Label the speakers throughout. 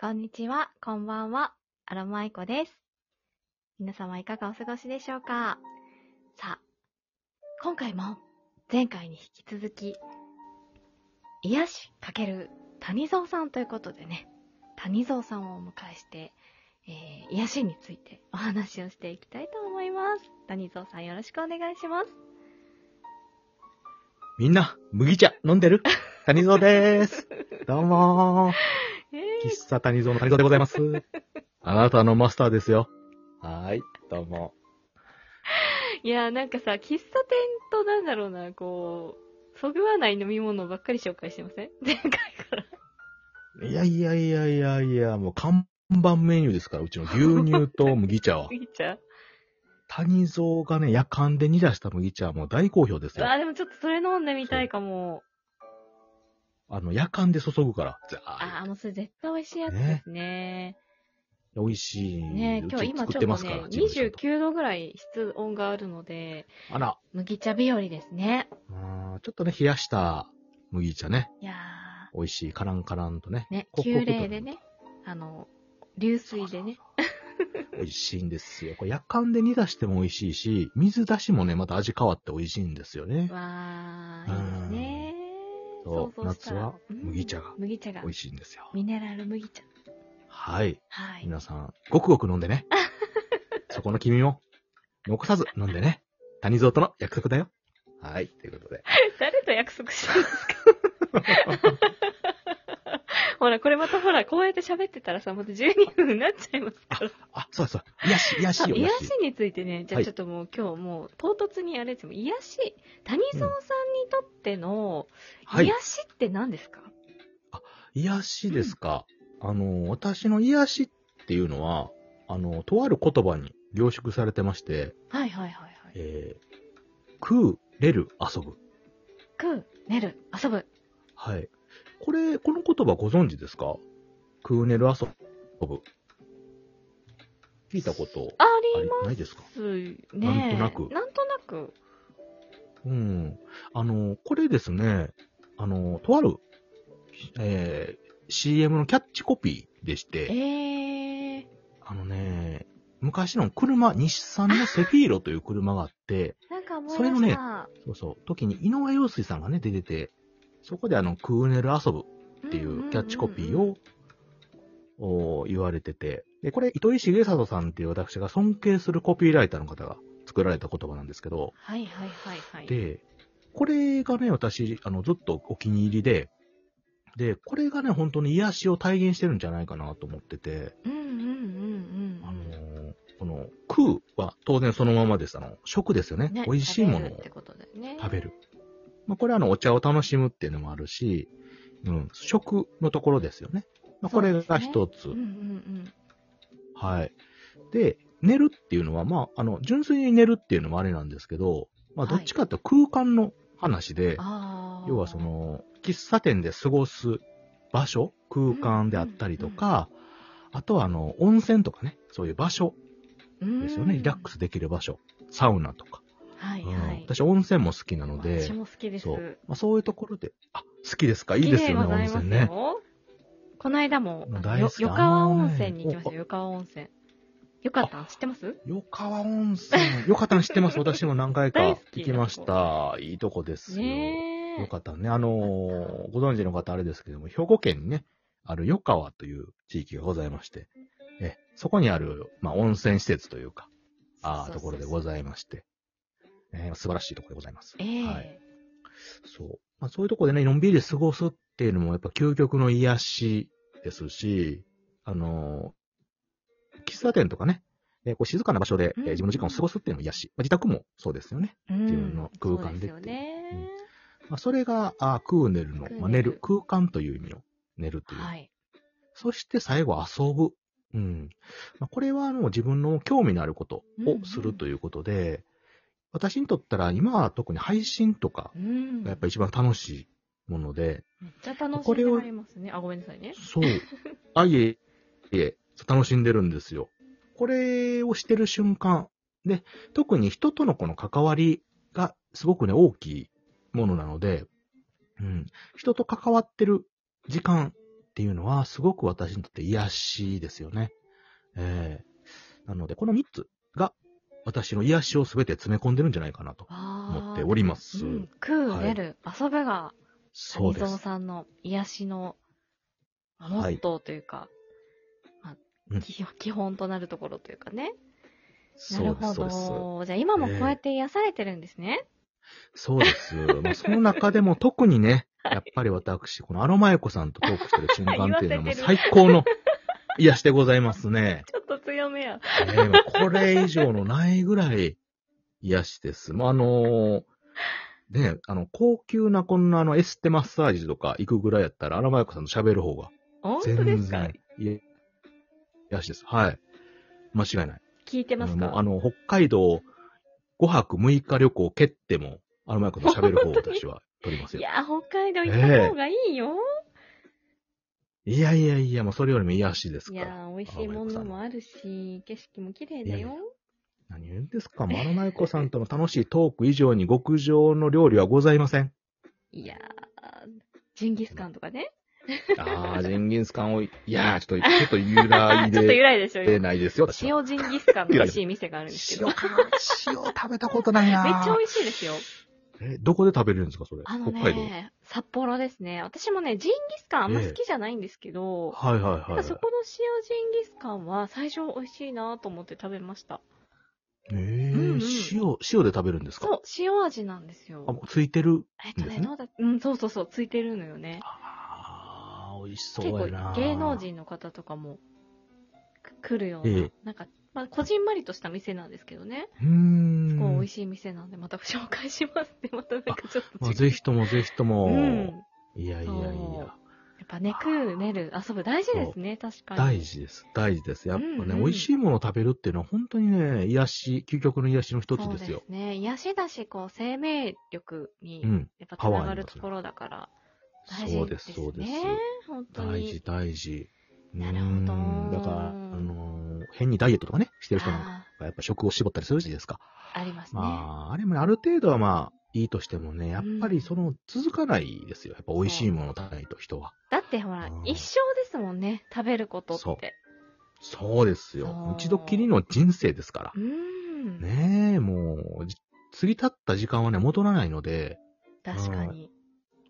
Speaker 1: こんにちは、こんばんは、アロマ愛子です。皆様いかがお過ごしでしょうかさあ、今回も前回に引き続き、癒し×谷蔵さんということでね、谷蔵さんをお迎えして、えー、癒しについてお話をしていきたいと思います。谷蔵さんよろしくお願いします。
Speaker 2: みんな、麦茶飲ん でる谷蔵でーす。どうもー。
Speaker 1: え
Speaker 2: 喫茶谷蔵の谷蔵でございます。あなたのマスターですよ。はーい、どうも。
Speaker 1: いやーなんかさ、喫茶店となんだろうな、こう、そぐわない飲み物ばっかり紹介してません前回から。
Speaker 2: いやいやいやいやいや、もう看板メニューですから、うちの牛乳と麦茶 は。
Speaker 1: 麦茶
Speaker 2: 谷蔵がね、夜間で煮出した麦茶はもう大好評です よ。
Speaker 1: あ、でもちょっとそれ飲んでみたいかも。
Speaker 2: あの、夜間で注ぐから。じゃあ、
Speaker 1: あー、もうそれ絶対美味しいやつですね。
Speaker 2: 美味しい。
Speaker 1: ね
Speaker 2: う
Speaker 1: 今日
Speaker 2: ち
Speaker 1: 今
Speaker 2: 作
Speaker 1: ち
Speaker 2: っ
Speaker 1: ょ
Speaker 2: て
Speaker 1: っ
Speaker 2: ま
Speaker 1: と
Speaker 2: す
Speaker 1: ね
Speaker 2: から、、事務所と
Speaker 1: 29度ぐらい室温があるので、
Speaker 2: あら、
Speaker 1: 麦茶日和ですね。
Speaker 2: あーちょっとね、冷やした麦茶ね。
Speaker 1: いや
Speaker 2: 美味しい。カランカランとね。
Speaker 1: ー、ね、
Speaker 2: コクコ
Speaker 1: 急
Speaker 2: クと
Speaker 1: 冷でね、あの、流水でね。
Speaker 2: 美味しいんですよ。これ、夜間で煮出しても美味しいし、水出しもね、また味変わって美味しいんですよね。
Speaker 1: わー、いいですね。
Speaker 2: うん
Speaker 1: 想像したら
Speaker 2: そう夏は麦茶が
Speaker 1: うん麦茶が
Speaker 2: 美。味しいんですよ。
Speaker 1: ミネラル麦茶。
Speaker 2: はい。
Speaker 1: はい。
Speaker 2: 皆さん、ごくごく飲んでね。 そこの君も、残さず飲んでね。谷蔵との約束だよ。はい。ということで。
Speaker 1: 誰と約束したんですか ほら、これまたほら、こうやって喋ってたらさ、また12分になっちゃいますから。
Speaker 2: あ、そうそう。癒し、癒
Speaker 1: あ
Speaker 2: しよ、
Speaker 1: 癒
Speaker 2: 癒
Speaker 1: し
Speaker 2: し。
Speaker 1: についてね、じゃあ
Speaker 2: はい
Speaker 1: ちょっともう、今日もう唐突にあれですよ、癒し、谷蔵さんにとっての、
Speaker 2: はい
Speaker 1: 癒。しって何ですか、
Speaker 2: 癒しですか。あの、私の癒しっていうのは、あの、とある言葉に凝縮されてまして、
Speaker 1: はい、はいはいはいはい。
Speaker 2: えー、食う、れる、遊ぶ。
Speaker 1: 食う、寝る、遊ぶ。
Speaker 2: はい。これ、この言葉ご存知ですかクーネル遊ぶ。聞いたこと
Speaker 1: あ
Speaker 2: あ
Speaker 1: り
Speaker 2: り
Speaker 1: ま
Speaker 2: ないですか
Speaker 1: すね。
Speaker 2: なんとなく
Speaker 1: なんとなく。
Speaker 2: うん。あの、これですね、あの、とある、えー CM のキャッチコピーでし
Speaker 1: えー、
Speaker 2: て、あのね、昔の車、日産のセフィーロという車があって、
Speaker 1: なんか思い
Speaker 2: それ
Speaker 1: 出
Speaker 2: の
Speaker 1: し
Speaker 2: ね
Speaker 1: た。
Speaker 2: そうそう、時に井上陽水さんがね、出てて、そこであの、クーネル遊ぶ
Speaker 1: っ
Speaker 2: っていうキャッチコピーを、お言われてて。で、これ、糸井重里さんっていう私が尊敬するコピーライターの方が作られた言葉なんですけど、
Speaker 1: はいはいはいはい。
Speaker 2: で、これがね、私、あの、ずっとお気に入りで、で、これがね、本当に癒しを体現してるんじゃないかなと思ってて、
Speaker 1: うんうんうんうん。
Speaker 2: あのーこの、食うは当然そのままです。あの、食ですよね。
Speaker 1: ね
Speaker 2: 美味しいもの
Speaker 1: 食べるっ
Speaker 2: を
Speaker 1: てことだよね。
Speaker 2: 食べる。まあ、これはあの、お茶を楽しむっていうのもあるし、うん、食のところですよね。まあ、これが一
Speaker 1: う
Speaker 2: つ。
Speaker 1: んうんうん。
Speaker 2: はい。で、寝るっていうのは、まあ、あの、純粋に寝るっていうのもあれなんですけど、まあ、
Speaker 1: はい
Speaker 2: どっちかっていうと空間の話で、
Speaker 1: ああ。
Speaker 2: 要はそ、の、喫茶店で過ごす場所、空間であったりとか、あとはあの、温泉とかね、そういう場所ですよね、リラック
Speaker 1: ス。
Speaker 2: スできる場所、サウナとか。
Speaker 1: はい
Speaker 2: うん
Speaker 1: はい。
Speaker 2: 私、温泉も好きなので、
Speaker 1: 私も好きです。
Speaker 2: そうまあ、そういうところで、あ、好きですかいいですよね、
Speaker 1: 好きござ
Speaker 2: 温
Speaker 1: います
Speaker 2: 泉ね。
Speaker 1: よこの間も、
Speaker 2: もう
Speaker 1: あの
Speaker 2: 大
Speaker 1: よ
Speaker 2: 好き
Speaker 1: 横川温泉に行きました
Speaker 2: あー
Speaker 1: よ、横川温泉。よかったん知ってます
Speaker 2: 横川温泉。よかったの知ってます。私も何回か
Speaker 1: 大好き
Speaker 2: 聞きました。いいとこですよ。
Speaker 1: ねえ
Speaker 2: よ。かったね。あのーご存知の方あれですけども、兵庫県にね、ある横川という地域がございまして、え、そこにある、まあ、温泉施設というか、あーところでご
Speaker 1: い
Speaker 2: ざいまして、えー素晴らしいところでございます。
Speaker 1: ええ
Speaker 2: はい。そう。まあ、そういうところでね、のんびり過ごすっていうのも、やっぱ究極の癒しですし、あのー喫茶店とかね、えーこう静かな場所で、え
Speaker 1: う
Speaker 2: ー
Speaker 1: ん
Speaker 2: 自分の時間を過ごすっていうのも癒し。まあ、自宅もそうですよね。
Speaker 1: 自
Speaker 2: 自分の空間で
Speaker 1: そうですよね。
Speaker 2: まあ、それが、あークーネルの、
Speaker 1: クーネル
Speaker 2: まあ、寝る、空間という意味を、寝るという。
Speaker 1: はい。
Speaker 2: そして最後、遊ぶ。うん。まあ、これは、あの、自分の興味のあることをするということで、私にとったら、今は特に配信とか
Speaker 1: うん。
Speaker 2: がや
Speaker 1: めっ
Speaker 2: っぱ一番楽しいもので、
Speaker 1: ちゃ楽し
Speaker 2: こ
Speaker 1: ん
Speaker 2: れ
Speaker 1: で
Speaker 2: を
Speaker 1: ありますね。あ、ごめんなさいね。
Speaker 2: そう。あ、いえ、いえ、楽しんでるんですよ。これをしてる瞬間。で、特に人とのこの関わりがすごくね、大きいものなので、うん。人と関わってる時間っていうのは、すごく私にとって癒しですよね。ええなので、この3つが、私の癒しを全て詰め込んでるんじゃないかなと思
Speaker 1: あ
Speaker 2: って
Speaker 1: ー
Speaker 2: おります。
Speaker 1: うん、食う、
Speaker 2: はい
Speaker 1: 寝る、遊ぶが、
Speaker 2: そ
Speaker 1: 谷
Speaker 2: うで
Speaker 1: 蔵
Speaker 2: す。
Speaker 1: さんの癒しのまあモ
Speaker 2: はい
Speaker 1: ットーというか、まあ
Speaker 2: うん
Speaker 1: 基基本となるところというかね。な
Speaker 2: そ
Speaker 1: る
Speaker 2: うです、
Speaker 1: ほ
Speaker 2: そうです。
Speaker 1: ど。じゃあ今もこうやって癒されてるんですね。
Speaker 2: そうです。まあ、その中でも特にね、やっぱり私、このアロマエコさんとトークしてる瞬間っていうのはもう
Speaker 1: 言わ
Speaker 2: 最高の癒しでございますね。
Speaker 1: ちょっと強めや。
Speaker 2: ええもうこれ以上のないぐらい癒しです。まあ、あのーね、あの、高級なこんなあのエステマッサージとか行くぐらいやったら、アロマエコさんと喋る方が
Speaker 1: 本
Speaker 2: 全
Speaker 1: 当
Speaker 2: 然
Speaker 1: ですか
Speaker 2: いえ癒しです。はい。間違いない。
Speaker 1: 聞いてます
Speaker 2: もうあ
Speaker 1: か
Speaker 2: の、北海道5泊6日旅行蹴っても、アロマイコと喋る方を私は取ります
Speaker 1: い
Speaker 2: よ。
Speaker 1: や、北海道行った方がいいよ。
Speaker 2: いやいやいや、もうそれよりも癒しです
Speaker 1: い
Speaker 2: から。
Speaker 1: や、美味しいものもあるし、景色も綺麗だ
Speaker 2: いやいや
Speaker 1: よ。
Speaker 2: 何言うんですかもうアロマイコさんとの楽しいトーク以上に極上の料理はございません。
Speaker 1: いやー、ジンギスカンとかね。
Speaker 2: あー、ジンギンスカンを、い やー、ちょっと、ちょっと由来
Speaker 1: ちょっと由
Speaker 2: で
Speaker 1: 来でしょ、
Speaker 2: 出ないですよ、私は。
Speaker 1: 塩ジンギスカンの美味しい店があるんですけど。め
Speaker 2: 塩
Speaker 1: っ
Speaker 2: か、塩食べたことないな
Speaker 1: ちゃ美味しいですよ。
Speaker 2: え、どこで食べれるんですか、それ。
Speaker 1: あの
Speaker 2: 北海道。
Speaker 1: ね、札幌ですね。私もね、ジンギスカンあんま好きじゃないんですけど、
Speaker 2: はいはい
Speaker 1: なん
Speaker 2: は
Speaker 1: か
Speaker 2: い
Speaker 1: そ。この塩ジンギスカンは最初美味しいなと思って食べました。
Speaker 2: え
Speaker 1: うんうん
Speaker 2: ー、塩、塩で食べるんですか
Speaker 1: そう、塩味なんですよ
Speaker 2: あ、。もうついてる
Speaker 1: えっと
Speaker 2: で
Speaker 1: ね、
Speaker 2: すね
Speaker 1: どうだうん、そうそうそう、ついてるのよね。
Speaker 2: ああ、美味しそ
Speaker 1: 結
Speaker 2: う
Speaker 1: 構
Speaker 2: やな。
Speaker 1: 芸能。人の方とかもく来るよう
Speaker 2: え
Speaker 1: な
Speaker 2: え、
Speaker 1: なんか、まあ、こじんまりとした店なんですけどね。
Speaker 2: うーん。
Speaker 1: こう美味しい店なんで、またご紹介しますね。またなんかちょっと
Speaker 2: ま
Speaker 1: 違
Speaker 2: あ、
Speaker 1: う。
Speaker 2: ぜひともぜひとも。
Speaker 1: うん。や
Speaker 2: いやいやい
Speaker 1: そう
Speaker 2: や。
Speaker 1: っぱね、食う、寝る、遊ぶ、大事ですね、確かに。
Speaker 2: 大。事です。大事です。やっぱね、
Speaker 1: うんうん
Speaker 2: 美味しいものを食べるっていうのは本当にね、癒し、究極の癒しの一つ
Speaker 1: そう
Speaker 2: で
Speaker 1: ですす
Speaker 2: よ。
Speaker 1: ね。癒しだし、こう、生命力に
Speaker 2: う、ん。
Speaker 1: やっぱつ
Speaker 2: パワ
Speaker 1: な
Speaker 2: ーに
Speaker 1: が
Speaker 2: な
Speaker 1: る
Speaker 2: る
Speaker 1: ところだから、大
Speaker 2: そ
Speaker 1: 事
Speaker 2: う
Speaker 1: で
Speaker 2: ですす、
Speaker 1: ね。
Speaker 2: そうです。
Speaker 1: 本当
Speaker 2: 大
Speaker 1: に
Speaker 2: 事、。大事。うーん
Speaker 1: なるほど
Speaker 2: だから、あのー変にダイエットとかね、してる人なんか
Speaker 1: あ
Speaker 2: がやっぱ食を絞ったりするじゃないですか。
Speaker 1: ーありますね。
Speaker 2: まあ、あれもねある程度はまあ、いいとしてもね、やっぱりその、続かないですよ。やっぱ美味しいものを食べないと人は。
Speaker 1: だってほら
Speaker 2: うん、
Speaker 1: 一生ですもんね、食べること
Speaker 2: そ
Speaker 1: って。
Speaker 2: そうで
Speaker 1: そ
Speaker 2: す
Speaker 1: う
Speaker 2: よ。一度きりの人生ですから
Speaker 1: う。ーん。
Speaker 2: ねえ、もう、じ過ぎたった時間はね、戻らないので、
Speaker 1: 確かに。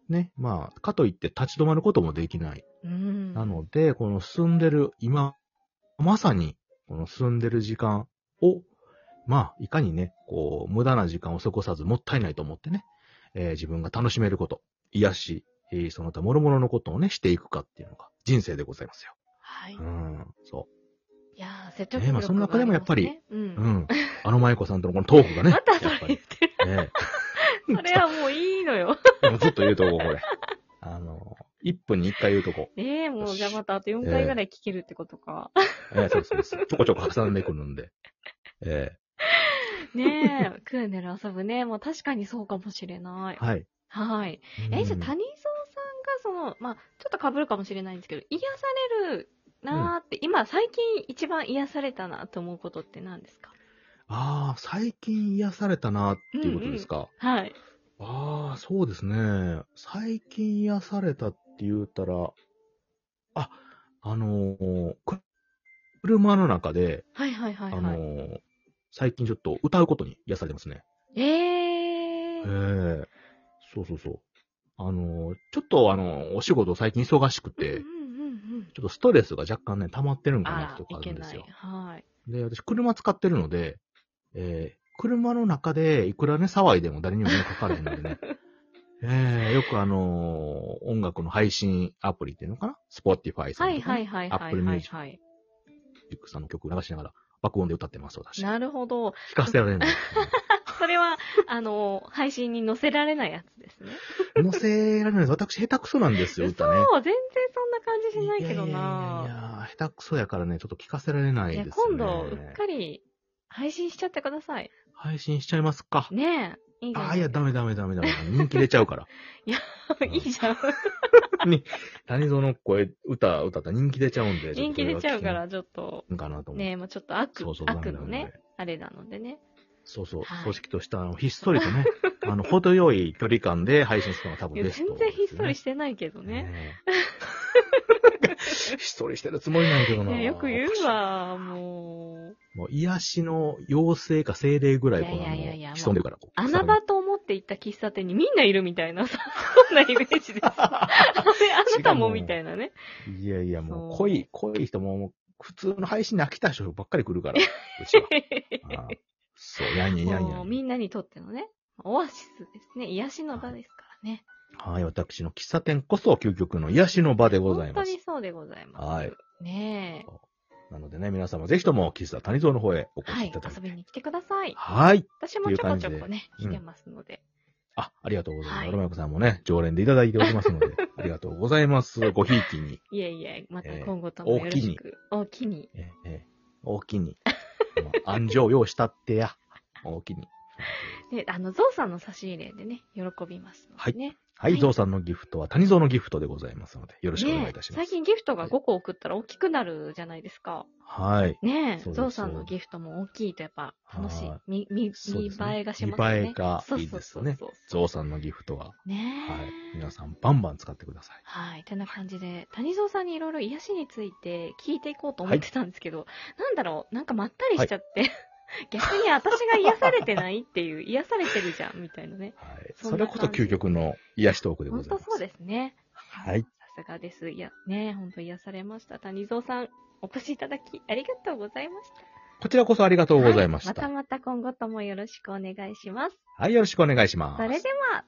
Speaker 2: ね、まあ、かといって立ち止まることもできない。
Speaker 1: うん。
Speaker 2: なので、この進んでる、今、まさに、この進んでる時間を、まあ、いかにね、こう、無駄な時間を過ごさずもったいないと思ってね、えー自分が楽しめること、癒し、えーその他諸々のことをね、していくかっていうのが人生でございますよ。
Speaker 1: はい。
Speaker 2: うん、そ
Speaker 1: いやー、説得力があります、ね。
Speaker 2: ねまあその中でもやっぱり
Speaker 1: うん。
Speaker 2: う。うん。あの舞子さんとのこのトークが ね、
Speaker 1: またそ
Speaker 2: や
Speaker 1: れ
Speaker 2: っぱ
Speaker 1: 言っ
Speaker 2: り。
Speaker 1: てる。
Speaker 2: ね、
Speaker 1: それはもういいのよ。
Speaker 2: でもずっと言うとこ、これ。あの、1分に1回言うとこ。
Speaker 1: ええもうじゃあまたあと4回ぐらい聞けるってことか。
Speaker 2: えーそうそうそう。ちょこちょこ挟んでくるんで。え
Speaker 1: ねえ、クーネル遊ぶね。もう確かにそうかもしれない
Speaker 2: え。はい。
Speaker 1: はい。え、じゃあ
Speaker 2: う
Speaker 1: 谷蔵
Speaker 2: ん
Speaker 1: さんがその、まあ、ちょっと被るかもしれないんですけど、癒されるなーって、今最近一番癒されたなと思うことって何ですか
Speaker 2: ああ、最近癒されたなっていうことですか。
Speaker 1: はい。
Speaker 2: ああ、そうですね。最近癒されたって言ったら、あ、あのーく車の中で、
Speaker 1: はいはいはい
Speaker 2: あ
Speaker 1: は
Speaker 2: の
Speaker 1: い。
Speaker 2: ー最近ちょっと歌うことに癒されてますね。
Speaker 1: ええ
Speaker 2: ええそうそうそう。あのーちょっとあのーお仕事最近忙しくて、
Speaker 1: うんうんうんうん
Speaker 2: ちょっとストレスが若干ね、溜まってるんかな
Speaker 1: あ
Speaker 2: って
Speaker 1: ら
Speaker 2: と、こ
Speaker 1: い
Speaker 2: ある
Speaker 1: け
Speaker 2: んで
Speaker 1: な
Speaker 2: す
Speaker 1: い
Speaker 2: よ。。
Speaker 1: はい。
Speaker 2: で、私、車使ってるので、えー車の中で、いくらね、騒いでも誰にも迷惑かからへん のでね。えーよくあのー音楽の配信アプリっていうのかな ?Spotify さ
Speaker 1: は
Speaker 2: ん
Speaker 1: い
Speaker 2: と
Speaker 1: はいは
Speaker 2: か、ね、
Speaker 1: いはい
Speaker 2: Apple
Speaker 1: はい
Speaker 2: Music
Speaker 1: はい。
Speaker 2: さんの曲流しながら、爆音で歌ってます、私。聴
Speaker 1: なるほど。
Speaker 2: かせられない。
Speaker 1: それは、あの、配信に載せられないやつですね。
Speaker 2: 乗せられないです。私、下手くそなんですよ、歌ね。
Speaker 1: そう、全然そんな感じしないけど
Speaker 2: いやいや
Speaker 1: ない
Speaker 2: やいや下手くそやからね、ちょっと聞かせられないい
Speaker 1: や、
Speaker 2: です、ね。
Speaker 1: 今度、うっかり、配信しちゃってください。
Speaker 2: 配信しちゃいますか。
Speaker 1: ねえ。いいじゃん。
Speaker 2: ああ、いや、ダメダメダメダメ。人気出ちゃうから。
Speaker 1: いいじゃん。
Speaker 2: 谷蔵の声、歌、歌ったら人気出ちゃうんで。
Speaker 1: 人気出ちゃうか
Speaker 2: ょっ
Speaker 1: ら、ちょっと、
Speaker 2: とこれは危険かなと思う。
Speaker 1: ねえ、もうちょっと悪、
Speaker 2: そうそう
Speaker 1: 悪の
Speaker 2: ダメ
Speaker 1: ね
Speaker 2: ダ、
Speaker 1: あれなのでね。
Speaker 2: そうそう、
Speaker 1: はい
Speaker 2: 組織としては、あのひっそりと ね、あの、程よい距離感で配信するのが多
Speaker 1: い
Speaker 2: 分
Speaker 1: や、
Speaker 2: ベス
Speaker 1: 全
Speaker 2: トです、ね。
Speaker 1: 然ひっそりしてないけどね。
Speaker 2: ね一人してるつもりなんやけど
Speaker 1: い
Speaker 2: な。
Speaker 1: や、よく言うわ、もう。
Speaker 2: もう癒しの妖精か精霊ぐらい、この、
Speaker 1: いやいやいやいや
Speaker 2: もう潜んでるから。こう
Speaker 1: 穴場と思って行った喫茶店にみんないるみた いな、そんなイメージです。あれあなたもみたいな ね。
Speaker 2: いやいや、も
Speaker 1: そう
Speaker 2: う、濃い、濃い人も、もう普通の配信に飽きた人ばっかり 来るから、うちは。ああそう、やんやんやんや。
Speaker 1: もうんみんなにとってのね、オアシスですね。癒しの場ですからね。
Speaker 2: はい、私の喫茶店こそ究極の癒しの場でござい
Speaker 1: 本
Speaker 2: ま
Speaker 1: 当に
Speaker 2: す。
Speaker 1: そうでございます。
Speaker 2: はい。
Speaker 1: ね
Speaker 2: なのでね、皆様ぜひとも喫茶谷蔵の方へお
Speaker 1: え。
Speaker 2: 越
Speaker 1: は
Speaker 2: しい
Speaker 1: い
Speaker 2: ただ。い
Speaker 1: 遊
Speaker 2: て。
Speaker 1: びに来てください。
Speaker 2: はい。
Speaker 1: 私もちょこちょこね、
Speaker 2: っていう感じで
Speaker 1: 来てますので。
Speaker 2: あ、ありがとうございます。
Speaker 1: はい
Speaker 2: ロマヤコさんもね、常連でいただいておりますので、 ありがとうございます。ごひいきに、
Speaker 1: いえいえ、また
Speaker 2: ええ
Speaker 1: 今後ともよろしく。お気に。
Speaker 2: ええええ大 きに、まあ安城用したってや、大きに。
Speaker 1: で、あの、ゾウさんの差し入れでね、喜びますのでね。は
Speaker 2: は
Speaker 1: い
Speaker 2: い、ゾウさんのギフトは谷蔵のギフトでございますので、よろしくお願い
Speaker 1: ね
Speaker 2: いたし
Speaker 1: え
Speaker 2: ま
Speaker 1: 最
Speaker 2: す。
Speaker 1: 近ギフトが5個送ったら大きくなるじゃないですか。
Speaker 2: はい。
Speaker 1: ね
Speaker 2: そ
Speaker 1: え、
Speaker 2: うです
Speaker 1: ゾウさんのギフトも大きいとやっぱ楽しい
Speaker 2: はい。
Speaker 1: み、み、
Speaker 2: そう
Speaker 1: 見
Speaker 2: ですね
Speaker 1: 栄えがしますね。
Speaker 2: 見栄えがいいです
Speaker 1: そ
Speaker 2: ね
Speaker 1: うそうそう
Speaker 2: ゾウさんのギフトは、
Speaker 1: そう。ねえ。
Speaker 2: はい。皆さんバンバン使ってください。
Speaker 1: はい。てな感じで、谷蔵さんにいろいろ癒しについて聞いていこうと思ってたんですけど、なんだろう、なんかまったりしちゃって、 逆に私が癒されてないっていう、癒されてるじゃん、みたいなね。
Speaker 2: はい。
Speaker 1: そ
Speaker 2: そ
Speaker 1: んな
Speaker 2: れこそ
Speaker 1: 感じ
Speaker 2: 究極の癒しトークでご
Speaker 1: 本
Speaker 2: ざいま
Speaker 1: 当
Speaker 2: す。
Speaker 1: そうですね。
Speaker 2: はい。
Speaker 1: さすがです。いや、ね本当癒されました。谷蔵さん、お越しいただき、ありがとうございました。
Speaker 2: こちらこそありがとうございまし
Speaker 1: はま
Speaker 2: た。
Speaker 1: たまた今後ともよろしくお願いします。
Speaker 2: はい、よろしくお願いします。
Speaker 1: それでは、